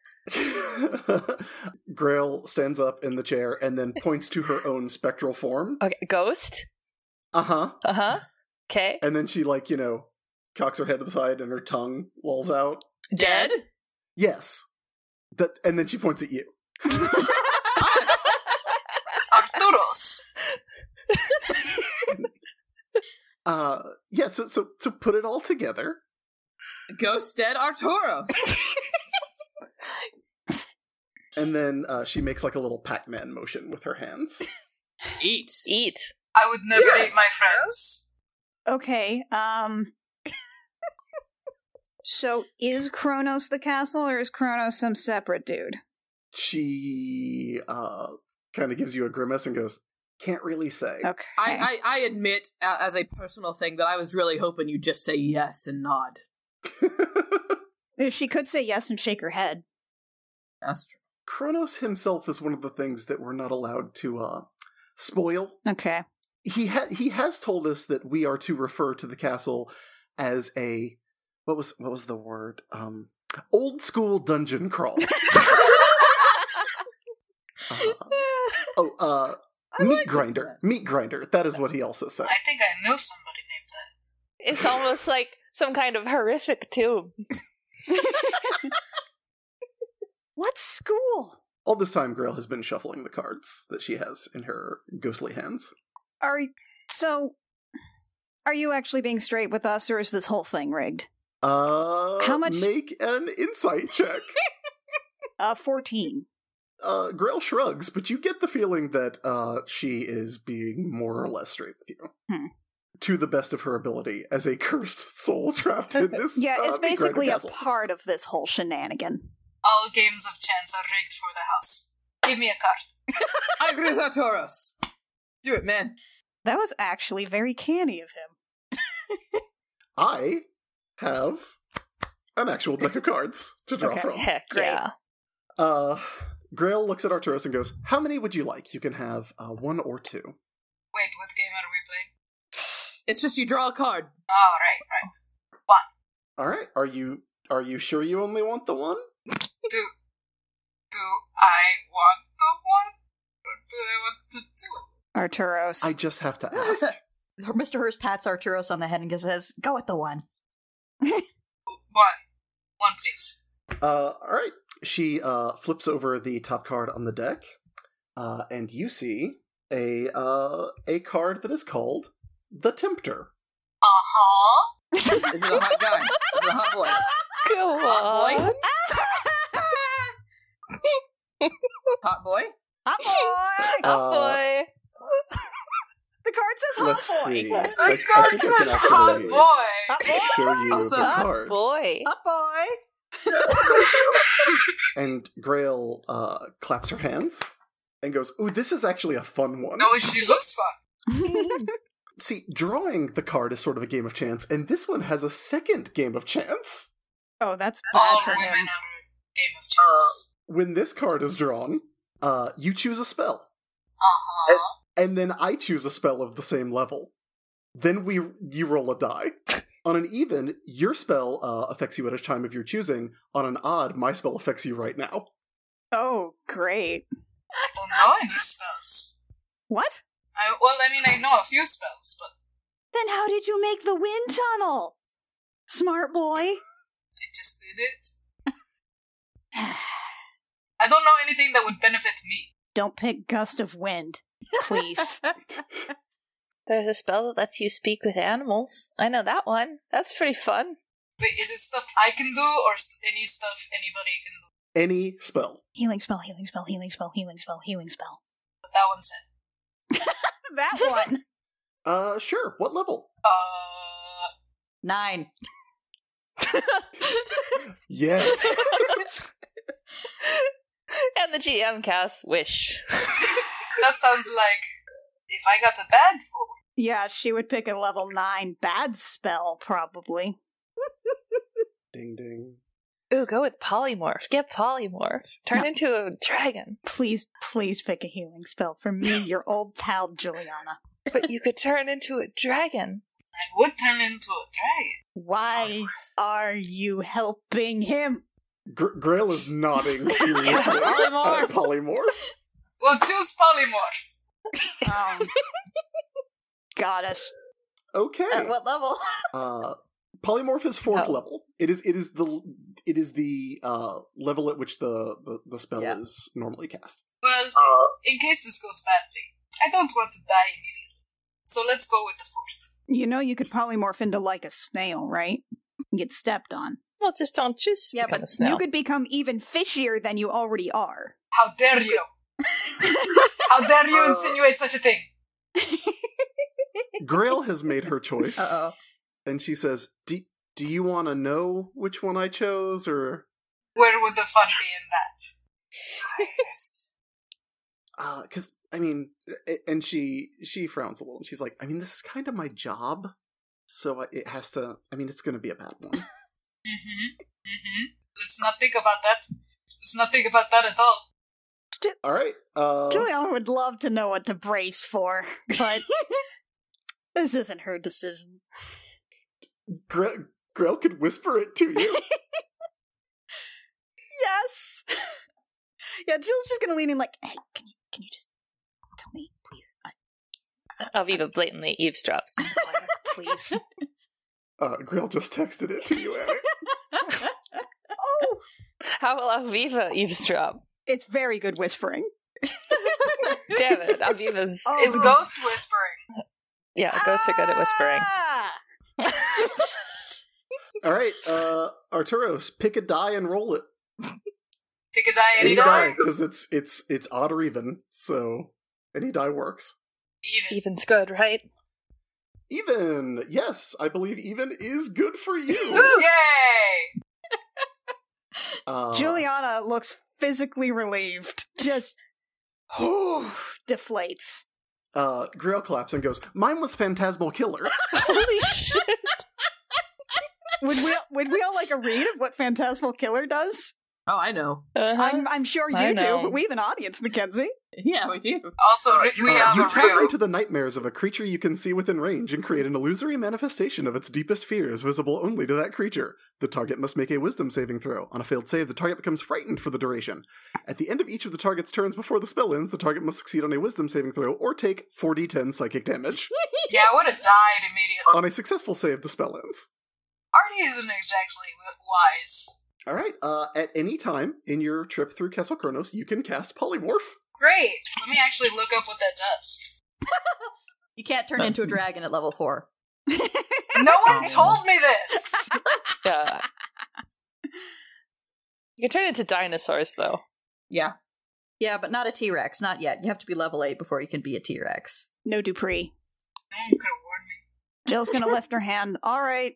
Speaker 2: Grail stands up in the chair and then points to her own spectral form.
Speaker 5: Okay, ghost.
Speaker 2: Uh huh.
Speaker 5: Uh huh. Okay.
Speaker 2: And then she, like, you know, cocks her head to the side and her tongue lolls out.
Speaker 4: Dead?
Speaker 2: Yes. That, and then she points at you.
Speaker 6: Arturos.
Speaker 2: Uh, yeah, so, so, so put it all together.
Speaker 4: Ghost dead Arturo.
Speaker 2: And then uh, she makes like a little Pac Man motion with her hands.
Speaker 4: Eat.
Speaker 5: Eat.
Speaker 6: I would never
Speaker 4: Yes.
Speaker 6: eat my friends.
Speaker 3: Okay. Um. so is Kronos the castle, or is Kronos some separate dude?
Speaker 2: She uh, kind of gives you a grimace and goes, Can't really say.
Speaker 3: Okay.
Speaker 4: I, I, I admit, uh, as a personal thing, that I was really hoping you'd just say yes and nod.
Speaker 3: If she could say yes and shake her head.
Speaker 4: That's true.
Speaker 2: Kronos himself is one of the things that we're not allowed to uh, spoil.
Speaker 3: Okay.
Speaker 2: He ha- he has told us that we are to refer to the castle as a what was what was the word um old school dungeon crawl. Uh, oh, uh,
Speaker 4: I
Speaker 2: meat
Speaker 4: like this
Speaker 2: grinder, meat grinder. That is what he also said.
Speaker 6: I think I know somebody named that.
Speaker 5: It's almost like some kind of horrific tomb.
Speaker 3: What school?
Speaker 2: All this time, Grail has been shuffling the cards that she has in her ghostly hands.
Speaker 3: Are so? Are you actually being straight with us, or is this whole thing rigged?
Speaker 2: Uh,
Speaker 3: How much-
Speaker 2: Make an insight check.
Speaker 3: Uh, fourteen.
Speaker 2: uh, Grail shrugs, but you get the feeling that uh, she is being more or less straight with you.
Speaker 3: Hmm.
Speaker 2: To the best of her ability, as a cursed soul trapped in this.
Speaker 3: Yeah,
Speaker 2: uh,
Speaker 3: it's
Speaker 2: meat grinder
Speaker 3: basically a
Speaker 2: castle.
Speaker 3: part of this whole shenanigan.
Speaker 6: All games of chance are rigged for the house. Give me a card.
Speaker 4: I agree with Arturos. Do it, man.
Speaker 3: That was actually very canny of him.
Speaker 2: I have an actual deck of cards to draw
Speaker 3: Okay.
Speaker 2: from.
Speaker 5: Heck
Speaker 3: Great.
Speaker 5: yeah.
Speaker 2: Uh, Grail looks at Arturus and goes, "How many would you like? You can have uh, one or two.
Speaker 6: Wait, what game are we playing?
Speaker 4: It's just you draw a card.
Speaker 6: Oh, right, right.
Speaker 2: All right. Are you are you sure you only want the one?
Speaker 6: Do I want the one? Or do I want the two?
Speaker 3: Arturos.
Speaker 2: I just have to ask.
Speaker 1: Mr. Hurst pats Arturos on the head and says, Go with the one.
Speaker 6: One. One, please.
Speaker 2: Uh, all right. She uh, flips over the top card on the deck, uh, and you see a uh, a card that is called the Tempter.
Speaker 6: Uh huh.
Speaker 4: Is it a hot guy? Is it a hot boy?
Speaker 5: Go
Speaker 4: Hot boy?
Speaker 5: on.
Speaker 4: Hot boy?
Speaker 3: hot boy.
Speaker 5: Hot
Speaker 2: Uh,
Speaker 5: boy.
Speaker 3: The card says hot
Speaker 2: Let's
Speaker 3: boy.
Speaker 2: see.
Speaker 5: Yes.
Speaker 2: I-
Speaker 6: The
Speaker 2: I
Speaker 6: card
Speaker 2: think I can
Speaker 6: says hot
Speaker 2: actually
Speaker 6: boy.
Speaker 3: Hot boy.
Speaker 2: Show you
Speaker 4: Also-
Speaker 2: the
Speaker 5: Hot
Speaker 2: card.
Speaker 5: boy.
Speaker 1: Up, boy!
Speaker 2: And Grail uh, claps her hands and goes, "Ooh, this is actually a fun one."
Speaker 6: No, she looks fun.
Speaker 2: See, drawing the card is sort of a game of chance, and this one has a second game of chance.
Speaker 3: Oh, that's
Speaker 6: All
Speaker 3: bad for
Speaker 6: women
Speaker 3: him.
Speaker 6: are a game of chance.
Speaker 2: When this card is drawn, uh, you choose a spell.
Speaker 6: Uh huh.
Speaker 2: and then I choose a spell of the same level. Then we you roll a die. On an even, your spell uh, affects you at a time of your choosing. On an odd, my spell affects you right now.
Speaker 3: Oh, great.
Speaker 6: I
Speaker 3: Uh,
Speaker 6: don't know any spells.
Speaker 3: What?
Speaker 6: I, well, I mean, I know a few spells, but
Speaker 3: Then how did you make the wind tunnel? Smart boy.
Speaker 6: I just did it. I don't know anything that would benefit me.
Speaker 3: Don't pick gust of wind, please.
Speaker 5: There's a spell that lets you speak with animals. I know that one. That's pretty fun.
Speaker 6: Wait, is it stuff I can do or s- any stuff anybody can do?
Speaker 2: Any spell.
Speaker 3: healing spell, healing spell, healing spell, healing spell, healing spell.
Speaker 6: But that one said.
Speaker 3: That one.
Speaker 2: Uh, sure. What level?
Speaker 6: Uh,
Speaker 1: Nine.
Speaker 2: Yes.
Speaker 5: and the GM casts Wish.
Speaker 6: That sounds like if I got the bad.
Speaker 3: Yeah, she would pick a level 9 bad spell, probably.
Speaker 2: Ding ding.
Speaker 5: Ooh, go with polymorph. Get polymorph. Turn
Speaker 3: No.
Speaker 5: into a dragon.
Speaker 3: Please, please pick a healing spell for me, your old pal Juliana.
Speaker 5: But you could turn into a dragon.
Speaker 6: I would turn into a dragon.
Speaker 3: Why are you helping him?
Speaker 2: Gr- Grail is nodding furiously.
Speaker 4: Polymorph.
Speaker 2: at polymorph.
Speaker 6: Well, choose polymorph.
Speaker 3: Um, goddess.
Speaker 2: Okay.
Speaker 1: At what level?
Speaker 2: Uh, polymorph is fourth
Speaker 5: No.
Speaker 2: level. It is it is the it is the uh, level at which the the, the spell
Speaker 1: Yeah.
Speaker 2: is normally cast.
Speaker 6: Well,
Speaker 7: Uh,
Speaker 6: in case this goes badly, I don't want to die immediately. So let's go with the fourth.
Speaker 3: You know you could polymorph into like a snail, right? And get stepped on.
Speaker 5: Well, just don't choose.
Speaker 1: Yeah,
Speaker 5: become
Speaker 1: but
Speaker 5: a snail.
Speaker 3: You could become even fishier than you already are.
Speaker 6: How dare you! How dare you insinuate such a thing?
Speaker 2: Grail has made her choice,
Speaker 1: Uh oh.
Speaker 2: and she says, "Do do you want to know which one I chose, or
Speaker 6: Where would the fun be in that?
Speaker 2: because uh, I mean?" a- And she she frowns a little, and she's like, "I mean, this is kind of my job, so I, it has to. I mean, it's going to be a bad one."
Speaker 6: Mm-hmm. Mm-hmm. Let's not think about that. Let's not think about that at all.
Speaker 2: All right. Uh,
Speaker 3: Juliana would love to know what to brace for, but this isn't her decision.
Speaker 2: Gra- Grail could whisper it to you.
Speaker 3: Yes. yeah, Jill's just gonna lean in like, hey, can you can you just tell me, please? I-
Speaker 5: Aviva blatantly eavesdrops.
Speaker 3: please.
Speaker 2: Uh, Grail just texted it to you, Eric.
Speaker 3: oh,
Speaker 5: How will Aviva eavesdrop?
Speaker 3: it's very good whispering.
Speaker 5: Damn it, Aviva's.
Speaker 3: Oh.
Speaker 6: It's ghost whispering.
Speaker 5: Yeah, ghosts are good at whispering.
Speaker 3: Ah!
Speaker 2: All right, uh, Arturos, pick a die and roll it.
Speaker 6: Take a die, any
Speaker 2: Any
Speaker 6: die.
Speaker 2: die, because it's it's it's odd or even, so any die works.
Speaker 6: Even.
Speaker 5: Even's good, right?
Speaker 2: Even, yes, I believe even is good for you.
Speaker 6: Yay!
Speaker 2: Uh,
Speaker 3: Juliana looks physically relieved. Just deflates.
Speaker 2: uh, Grail claps and goes, "Mine was Phantasmal Killer."
Speaker 5: Holy shit.
Speaker 3: Would we would we all like a read of what Phantasmal Killer does?
Speaker 4: Oh, I know.
Speaker 5: Uh-huh.
Speaker 3: I'm I'm sure
Speaker 5: I
Speaker 3: you do,
Speaker 5: know.
Speaker 3: but we have an audience, Mackenzie.
Speaker 4: Yeah, we do.
Speaker 6: Also, re- we
Speaker 2: Uh,
Speaker 6: have
Speaker 2: you
Speaker 6: a
Speaker 2: tap
Speaker 6: real.
Speaker 2: into the nightmares of a creature you can see within range and create an illusory manifestation of its deepest fears visible only to that creature. The target must make a wisdom saving throw. On a failed save, the target becomes frightened for the duration. At the end of each of the target's turns before the spell ends, the target must succeed on a wisdom saving throw or take 4d10 psychic damage.
Speaker 6: Yeah, I would have died immediately.
Speaker 2: on a successful save, the spell ends.
Speaker 6: Artie isn't exactly wi- wise.
Speaker 2: All right, uh, at any time in your trip through Castle Kronos, you can cast Polymorph.
Speaker 6: Great. Let me actually look up what that does.
Speaker 1: You can't turn into a dragon at level four.
Speaker 6: No one
Speaker 4: Um.
Speaker 6: told me this.
Speaker 5: Yeah. You can turn into dinosaurs, though.
Speaker 4: Yeah.
Speaker 1: Yeah, but not a T Rex. Not yet. You have to be level eight before you can be a T Rex.
Speaker 3: No Dupree.
Speaker 6: No one could have warned me.
Speaker 3: Jill's gonna lift her hand. All right.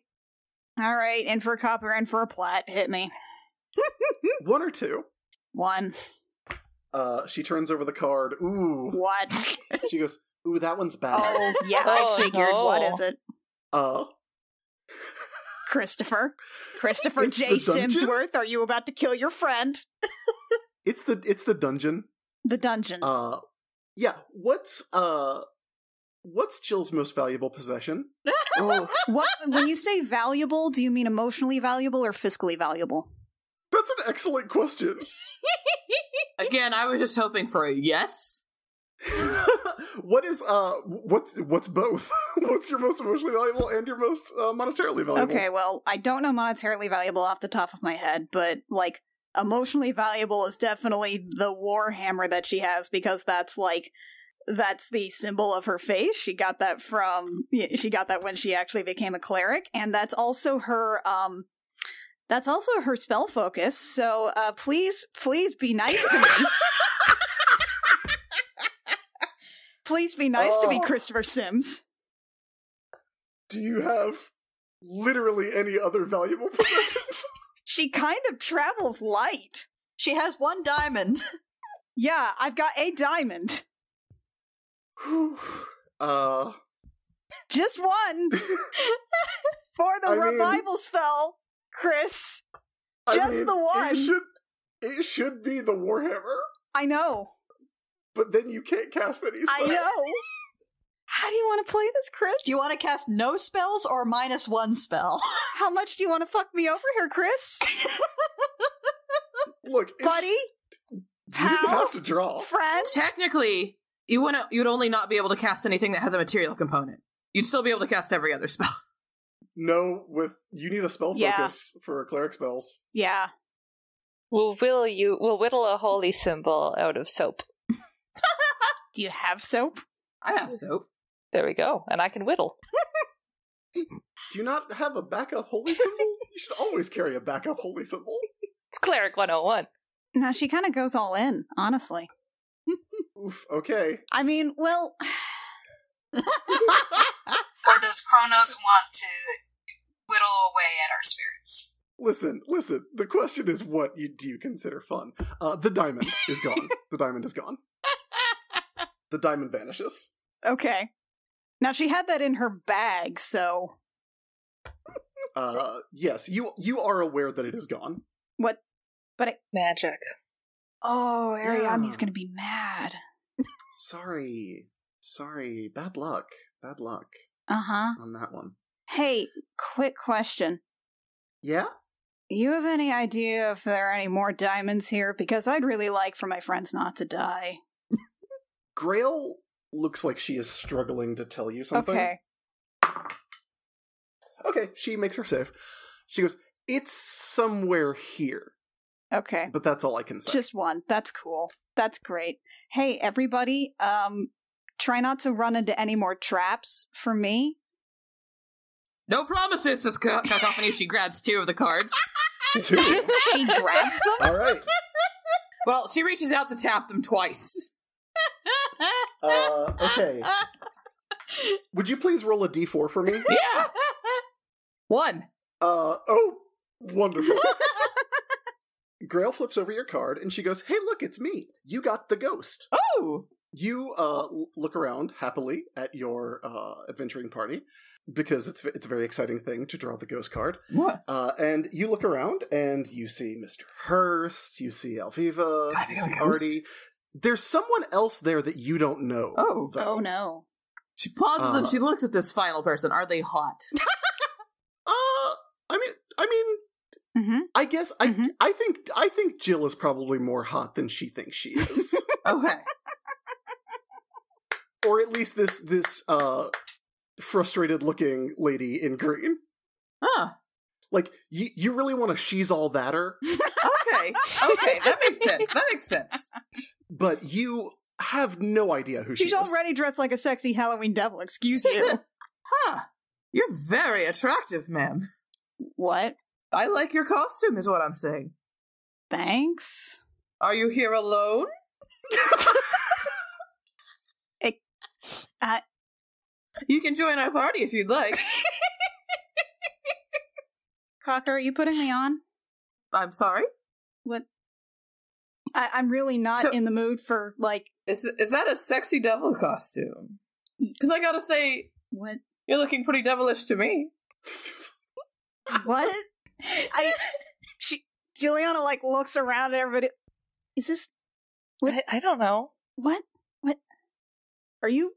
Speaker 3: All right, and for a copper and for a plat, hit me.
Speaker 2: One or two.
Speaker 3: One.
Speaker 2: Uh, she turns over the card. Ooh.
Speaker 3: What?
Speaker 2: She goes, Ooh, that one's bad.
Speaker 3: Oh, yeah,
Speaker 5: Oh,
Speaker 3: I figured. What
Speaker 5: no.
Speaker 3: is it?
Speaker 6: Oh.
Speaker 2: Uh,
Speaker 3: Christopher. Christopher
Speaker 2: It's
Speaker 3: J.
Speaker 2: the dungeon?
Speaker 3: Simsworth, are you about to kill your friend?
Speaker 2: it's the it's the dungeon.
Speaker 3: The dungeon.
Speaker 2: Uh, yeah. What's uh, what's Jill's most valuable possession? Oh,
Speaker 3: what when you say valuable, do you mean emotionally valuable or fiscally valuable?
Speaker 2: That's an excellent question.
Speaker 4: Again, I was just hoping for a yes.
Speaker 2: what is uh, what's what's both? what's your most emotionally valuable and your most uh, monetarily valuable?
Speaker 3: Okay, well, I don't know monetarily valuable off the top of my head, but like emotionally valuable is definitely the war hammer that she has because that's like that's the symbol of her faith. She got that from yeah, she got that when she actually became a cleric and that's also her um that's also her spell focus. So uh please please be nice to me. please be nice to me,
Speaker 2: Oh.
Speaker 3: Christopher Sims.
Speaker 2: Do you have literally any other valuable possessions?
Speaker 3: She kind of travels light.
Speaker 1: She has one diamond.
Speaker 3: Yeah, I've got a diamond.
Speaker 2: Whew. Uh,
Speaker 3: Just one for the
Speaker 2: I mean-
Speaker 3: revival spell, Chris.
Speaker 2: I
Speaker 3: Just
Speaker 2: mean,
Speaker 3: the one.
Speaker 2: It should, it should be the Warhammer,
Speaker 3: I know.
Speaker 2: but then you can't cast any
Speaker 3: I
Speaker 2: spells.
Speaker 3: know. How do you want to play this, Chris?
Speaker 1: Do you want to cast no spells or minus one spell?
Speaker 3: How much do you want to fuck me over here, Chris?
Speaker 2: Look, it's,
Speaker 3: Buddy,
Speaker 2: you didn't
Speaker 3: pal.
Speaker 2: have to draw.
Speaker 3: friend.
Speaker 4: Technically, you want to. You'd only not be able to cast anything that has a material component. You'd still be able to cast every other spell.
Speaker 2: No, with you need a spell
Speaker 3: Yeah.
Speaker 2: focus for cleric spells.
Speaker 3: Yeah.
Speaker 5: We'll will you we'll whittle a holy symbol out of soap.
Speaker 3: Do you have soap?
Speaker 4: I have soap.
Speaker 5: There we go. And I can whittle.
Speaker 2: Do you not have a backup holy symbol? you should always carry a backup holy symbol.
Speaker 5: It's cleric 101.
Speaker 3: No, she kind of goes all in, honestly.
Speaker 2: Oof. Okay.
Speaker 3: I mean, well,
Speaker 6: Or does Kronos want to whittle away at our spirits?
Speaker 2: Listen, listen. The question is, what you, do you consider fun? Uh, the diamond is gone. the diamond is gone. The diamond vanishes.
Speaker 3: okay. Now she had that in her bag, so
Speaker 2: Uh, yes, you you are aware that it is gone.
Speaker 3: what?
Speaker 5: Magic.
Speaker 3: Oh, Ariadne's
Speaker 2: Yeah.
Speaker 3: gonna be mad.
Speaker 2: Sorry, sorry. Bad luck. Bad luck
Speaker 3: Uh huh.
Speaker 2: on that one.
Speaker 3: Hey, quick question.
Speaker 2: Yeah.
Speaker 3: You have any idea if there are any more diamonds here? Because I'd really like for my friends not to die.
Speaker 2: Grail looks like she is struggling to tell you something.
Speaker 3: Okay.
Speaker 2: Okay, she makes her save. She goes, It's somewhere here.
Speaker 3: Okay.
Speaker 2: But that's all I can say.
Speaker 3: Just one. That's cool. That's great. Hey, everybody, um, try not to run into any more traps for me.
Speaker 4: No promises. Says Ca- Cacophony. she grabs two of the cards.
Speaker 2: Two.
Speaker 3: She grabs them.
Speaker 2: all right.
Speaker 4: Well, she reaches out to tap them twice.
Speaker 2: Uh, okay. Would you please roll a d4 for me?
Speaker 4: Yeah. One.
Speaker 2: Uh, oh, wonderful. Grail flips over your card and she goes, Hey, look, it's me. You got the ghost.
Speaker 4: Oh.
Speaker 2: You uh, l- look around happily at your uh, adventuring party because it's, it's a very exciting thing to draw the ghost card.
Speaker 4: What?
Speaker 2: Uh, and you look around and you see Mr. Hurst, you see Alviva,
Speaker 4: Do I
Speaker 2: you
Speaker 4: feel
Speaker 2: see
Speaker 4: like Hurst?
Speaker 2: Artie. There's someone else there that you don't know.
Speaker 4: Oh.
Speaker 2: though.
Speaker 3: Oh no.
Speaker 4: She pauses and
Speaker 2: Uh.
Speaker 4: she looks at this final person. Are they hot?
Speaker 2: Uh, I mean, I mean,
Speaker 3: Mm-hmm.
Speaker 2: I guess I,
Speaker 3: Mhm.
Speaker 2: I think, I think Jill is probably more hot than she thinks she is,
Speaker 4: okay.
Speaker 2: or at least this this uh frustrated-looking lady in green.
Speaker 4: Huh.
Speaker 2: Like you, you really want to she's all that her,
Speaker 4: Okay. Okay. That makes sense. That makes sense.
Speaker 2: but you have no idea who
Speaker 3: She's
Speaker 2: she is.
Speaker 3: already dressed like a sexy Halloween devil. Excuse you.
Speaker 4: Huh. You're very attractive, ma'am.
Speaker 3: what?
Speaker 4: I like your costume, is what I'm saying.
Speaker 3: Thanks.
Speaker 4: Are you here alone?
Speaker 3: It- uh-
Speaker 4: you can join our party if you'd like.
Speaker 3: Cocker, are you putting me on?
Speaker 4: I'm sorry.
Speaker 3: I- I'm really not
Speaker 4: So-
Speaker 3: in the mood for like
Speaker 4: Is is that a sexy devil costume? Because I gotta say,
Speaker 3: what
Speaker 4: you're looking pretty devilish to me.
Speaker 3: what? I she Juliana like looks around at everybody. Is this
Speaker 5: I, I don't know.
Speaker 3: What? What? Are you?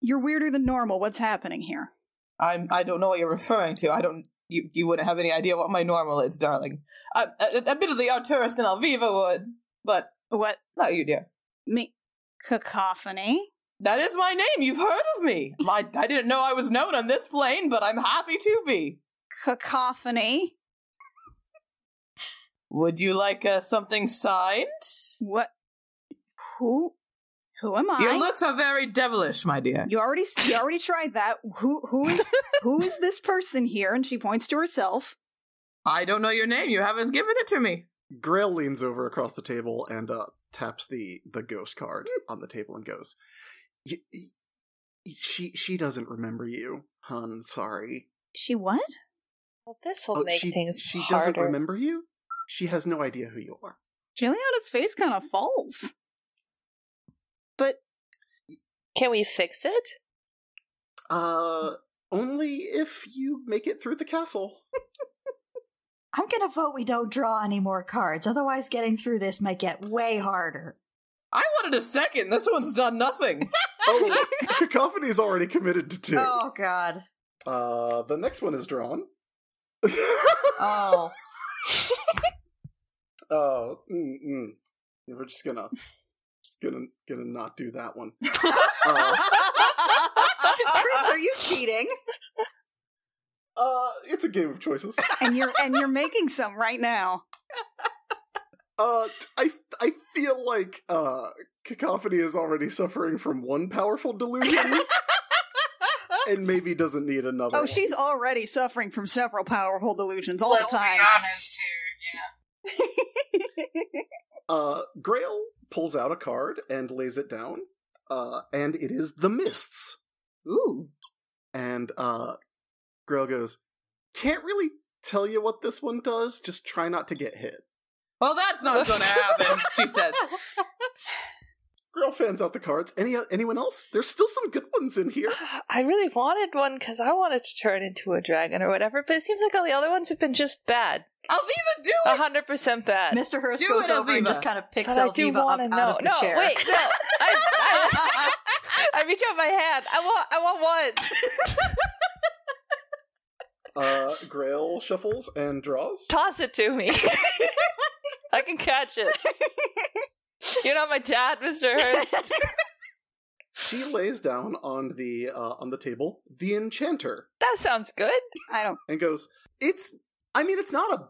Speaker 3: You're weirder than normal. What's happening here?
Speaker 4: I'm. I don't know what you're referring to. I don't. You you wouldn't have any idea what my normal is, darling. Uh, uh, admittedly, our tourist in Alviva would, but
Speaker 3: What?
Speaker 4: not you, dear.
Speaker 3: Me? Cacophony?
Speaker 4: That is my name. You've heard of me. I, I didn't know I was known on this plane, but I'm happy to be.
Speaker 3: Cacophony?
Speaker 4: Would you like uh, something signed?
Speaker 3: What? Who? Who am I?
Speaker 4: Your looks are very devilish, my dear.
Speaker 3: you already you already tried that. Who who is who is this person here? And she points to herself.
Speaker 4: I don't know your name. You haven't given it to me.
Speaker 2: Grail leans over across the table and uh, taps the the ghost card
Speaker 5: Hmm.
Speaker 2: on the table and goes, y- y- "She she doesn't remember you, hun. Sorry.
Speaker 3: She what?
Speaker 5: Well, this will make
Speaker 2: Oh, she
Speaker 5: things
Speaker 2: she
Speaker 5: harder.
Speaker 2: doesn't remember you. She has no idea who you are.
Speaker 3: Juliana's face kind of falls. But
Speaker 5: Can we fix it? Hmm.
Speaker 2: Uh, only if you make it through the castle.
Speaker 1: I'm gonna vote we don't draw any more cards, otherwise, getting through this might get way harder.
Speaker 4: I wanted a second. This one's done nothing.
Speaker 2: Oh, Cacophony's already committed to two.
Speaker 1: Oh, God.
Speaker 2: Uh, the next one is drawn.
Speaker 1: Oh.
Speaker 2: oh, mm, mm. Yeah, we're just gonna, just gonna, gonna not do that one. uh,
Speaker 1: Chris, are you cheating?
Speaker 2: uh, it's a game of choices.
Speaker 3: and you're and you're making some right now.
Speaker 2: Uh, t- I, I feel like uh, Cacophony is already suffering from one powerful delusion, and maybe doesn't need another.
Speaker 3: Oh,
Speaker 2: one.
Speaker 3: she's already suffering from several powerful delusions all
Speaker 6: Let's
Speaker 3: the time.
Speaker 6: be honest here. Yeah.
Speaker 2: Uh, Grail pulls out a card and lays it down, uh, and it is the mists.
Speaker 4: Ooh.
Speaker 2: And uh, Grail goes, "Can't really tell you what this one does. Just try not to get hit."
Speaker 4: Well, that's not gonna happen, she says.
Speaker 2: Grail fans out the cards. Any anyone else? There's still some good ones in here.
Speaker 5: I really wanted one because I wanted to turn into a dragon or whatever, but it seems like all the other ones have been just bad.
Speaker 4: Aviva, do
Speaker 5: Uh-huh.
Speaker 4: it!
Speaker 5: 100% bad.
Speaker 1: Mr. Hurst
Speaker 4: Do
Speaker 1: goes
Speaker 4: it,
Speaker 1: over and
Speaker 4: Aviva.
Speaker 1: just kind of picks
Speaker 5: but I do
Speaker 1: Elviva up
Speaker 5: want to
Speaker 1: out
Speaker 5: know.
Speaker 1: of the
Speaker 5: No,
Speaker 1: chair.
Speaker 5: wait, no. I, I, I reach out my hand. I want, I want one.
Speaker 2: Uh, Grail shuffles and draws.
Speaker 5: Toss it to me. I can catch it. You're not my dad, Mr. Hurst.
Speaker 2: She lays down on the uh, on the table the enchanter
Speaker 5: That sounds good.
Speaker 3: I don't.
Speaker 2: and goes, "It's. I mean, it's not a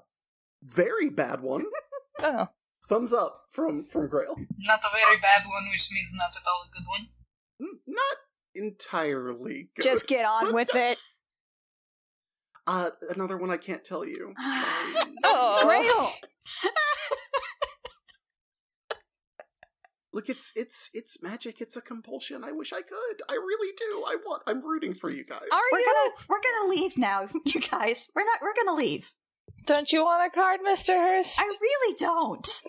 Speaker 2: very bad one."
Speaker 5: Oh.
Speaker 2: Thumbs up from from Grail.
Speaker 6: Not a very bad one, which means not at all a good one.
Speaker 2: N- not entirely good.
Speaker 3: Just get on with it.
Speaker 2: uh, another one I can't tell you. Sorry.
Speaker 5: Oh.
Speaker 3: Grail,
Speaker 2: Look, it's it's it's magic. It's a compulsion. I wish I could. I really do. I want. I'm rooting for you guys.
Speaker 3: are
Speaker 1: We're
Speaker 3: you?
Speaker 1: gonna we're gonna leave now, you guys. We're not we're gonna leave.
Speaker 5: Don't you want a card, Mr. Hurst?
Speaker 1: I really don't.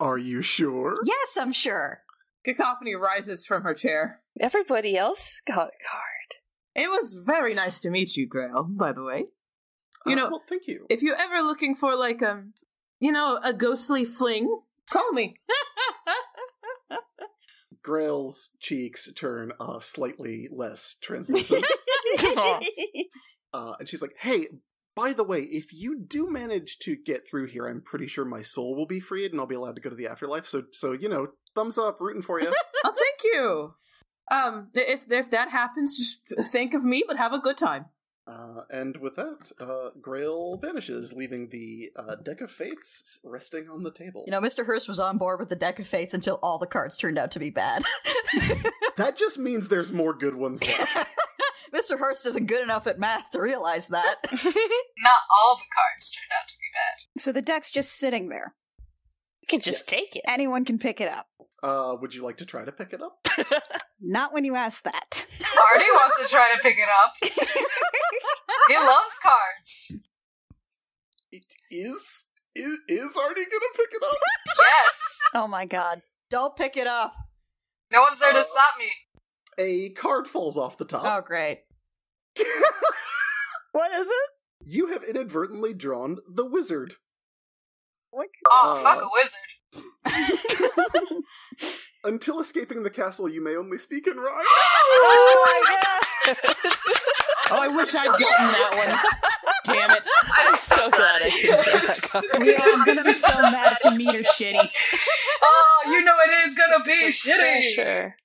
Speaker 2: Are you sure?
Speaker 1: Yes, I'm sure.
Speaker 4: Cacophony rises from her chair.
Speaker 5: Everybody else got a card.
Speaker 4: It was very nice to meet you, Grail, by the way.
Speaker 2: Uh,
Speaker 4: You know-
Speaker 2: Well, thank you.
Speaker 4: If you're ever looking for, like, um, you know, a ghostly fling, call me.
Speaker 2: Grail's cheeks turn uh, slightly less translucent, uh, and she's like, "Hey." By the way, if you do manage to get through here, I'm pretty sure my soul will be freed and I'll be allowed to go to the afterlife. So, so you know, thumbs up, rooting for you.
Speaker 4: oh, thank you. Um, if if that happens, just think of me, but have a good time.
Speaker 2: Uh, and with that, uh, Grail vanishes, leaving the uh, deck of fates resting on the table.
Speaker 1: You know, Mr. Hurst was on board with the deck of fates until all the cards turned out to be bad.
Speaker 2: that just means there's more good ones left.
Speaker 1: Mr. Hurst isn't good enough at math to realize that.
Speaker 5: you
Speaker 6: Not all the cards turned out to be bad.
Speaker 3: So the deck's just sitting there.
Speaker 5: can just take it.
Speaker 3: Anyone can pick it up.
Speaker 2: uh, would you like to try to pick it up?
Speaker 3: Not when you ask that.
Speaker 6: Artie wants to try to pick it up. he loves cards.
Speaker 2: It is. Is, is Artie gonna pick it up?
Speaker 6: Yes.
Speaker 3: Oh my god.
Speaker 1: Don't pick it up.
Speaker 6: No one's there
Speaker 2: Oh.
Speaker 6: to stop me.
Speaker 2: A card falls off the
Speaker 1: Oh,
Speaker 2: top.
Speaker 1: great.
Speaker 3: What is it?
Speaker 1: Oh.
Speaker 2: You have inadvertently drawn the wizard.
Speaker 3: What?
Speaker 6: Oh,
Speaker 2: Uh,
Speaker 6: fuck a wizard.
Speaker 2: Until escaping the castle, you may only speak in rhyme.
Speaker 3: Oh
Speaker 4: Oh, I wish I'd gotten that one. Damn it.
Speaker 5: I'm so glad I didn't get that card.
Speaker 3: my god. We are gonna be so mad if we meet her shitty.
Speaker 6: Oh, you know it is gonna be shitty.
Speaker 5: Sure.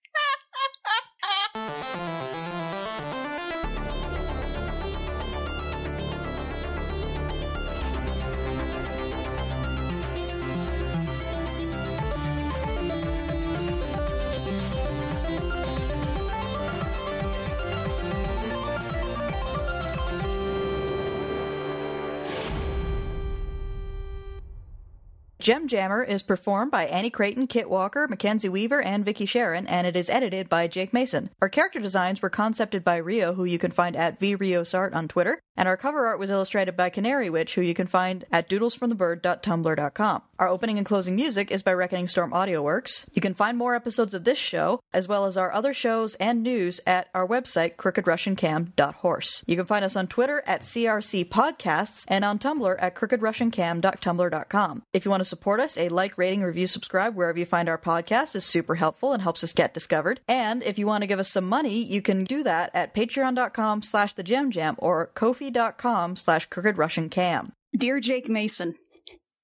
Speaker 1: Gem Jammer is performed by Annie Creighton, Kit Walker, Mackenzie Weaver, and Vicky Sharon, and it is edited by Jake Mason. Our character designs were concepted by Rio, who you can find at vriosart on Twitter, and our cover art was illustrated by Canary Witch, who you can find at doodlesfromthebird.tumblr.com. Our opening and closing music is by Reckoning Storm Audio Works. You can find more episodes of this show, as well as our other shows and news, at our website, crookedrussiancam.horse. You can find us on Twitter at CRC Podcasts and on Tumblr at crookedrussiancam.tumblr.com. If you want to support us, a like, rating, review, subscribe wherever you find our podcast is super helpful and helps us get discovered. And if you want to give us some money, you can do that at patreon.com slash the jam jam or ko-fi.com slash crooked Russian cam.
Speaker 3: Dear Jake Mason,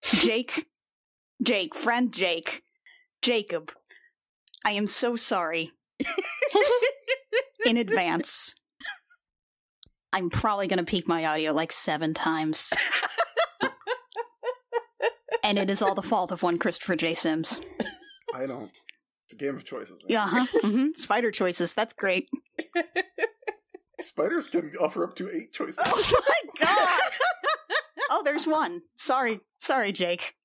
Speaker 3: Jake, Jake, friend Jake, Jacob, I am so sorry in advance. I'm probably going to peak my audio like seven times. and it is all the fault of one Christopher J. Sims.
Speaker 2: I don't. It's a game of choices.
Speaker 3: Uh huh. hmm Spider choices. That's great.
Speaker 2: Spiders can offer up to eight choices.
Speaker 3: Oh my god! Oh, there's one. Sorry. Sorry, Jake.